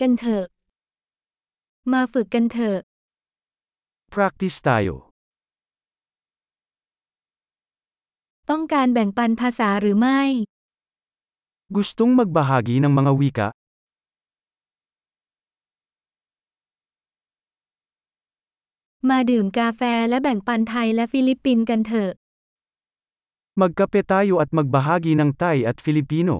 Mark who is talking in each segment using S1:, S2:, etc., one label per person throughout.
S1: กันเถอะ มาฝึกกันเถอะ
S2: Practice tayo.
S1: ต้องการแบ่งปันภาษาหรือไม่
S2: Gustong magbahagi ng mga wika?
S1: มาดื่มกาแฟและแบ่งปันไทยและฟิลิปปินส์กันเถอะ
S2: Magkape tayo at magbahagi ng Thai at Filipino.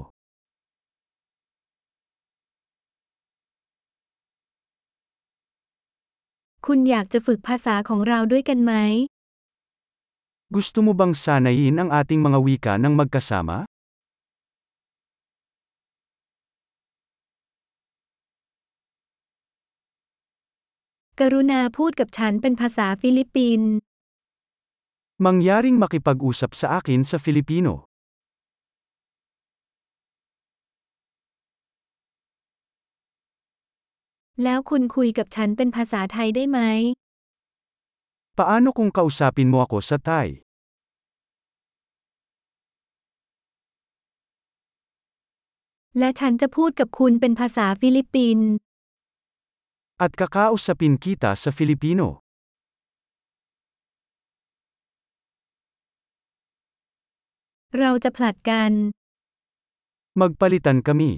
S1: คุณอยากจะฝึกภาษาของเราด้วยกันไหม
S2: Gusto mo bang sanayin ang ating mga wika ng magkasama?
S1: กรุณาพูดกับฉันเป็นภาษาฟิลิปปินส์
S2: Mangyaring makipag-usap sa akin sa Filipino.
S1: แล้วคุณคุยกับฉันเป็นภาษาไทยได้ไหม
S2: Paano kung kausapin mo ako sa Thai?
S1: และฉันจะพูดกับคุณเป็นภาษาฟิลิปปินส์
S2: At kakausapin kita sa Filipino.
S1: เราจะผลัดกัน
S2: Magpalitan kami.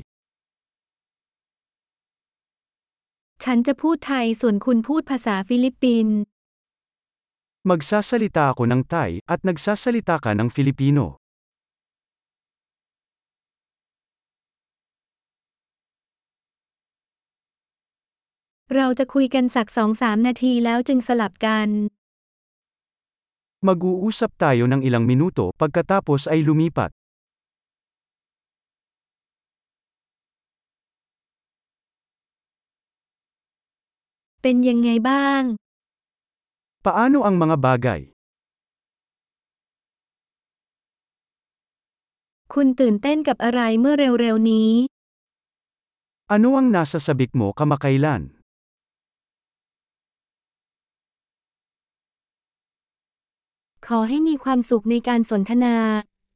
S1: ฉันจะพูดไทยส่วนคุณพูดภาษาฟิลิปปินส์
S2: Magsasalita ako ng Thai at nagsasalita ka ng Filipino.
S1: เราจะคุยกันสักสองสามนาทีแล้วจึงสลับกัน
S2: Mag-uusap tayo ng ilang minuto pagkatapos ay lumipat.
S1: เป็นยังไงบ้าง
S2: Paano ang mga bagay?
S1: คุณตื่นเต้นกับอะไรเมื่อเร็วๆนี้
S2: Ano ang nasa sabik mo kamakailan?
S1: ขอให้มีความสุขในการสนทนา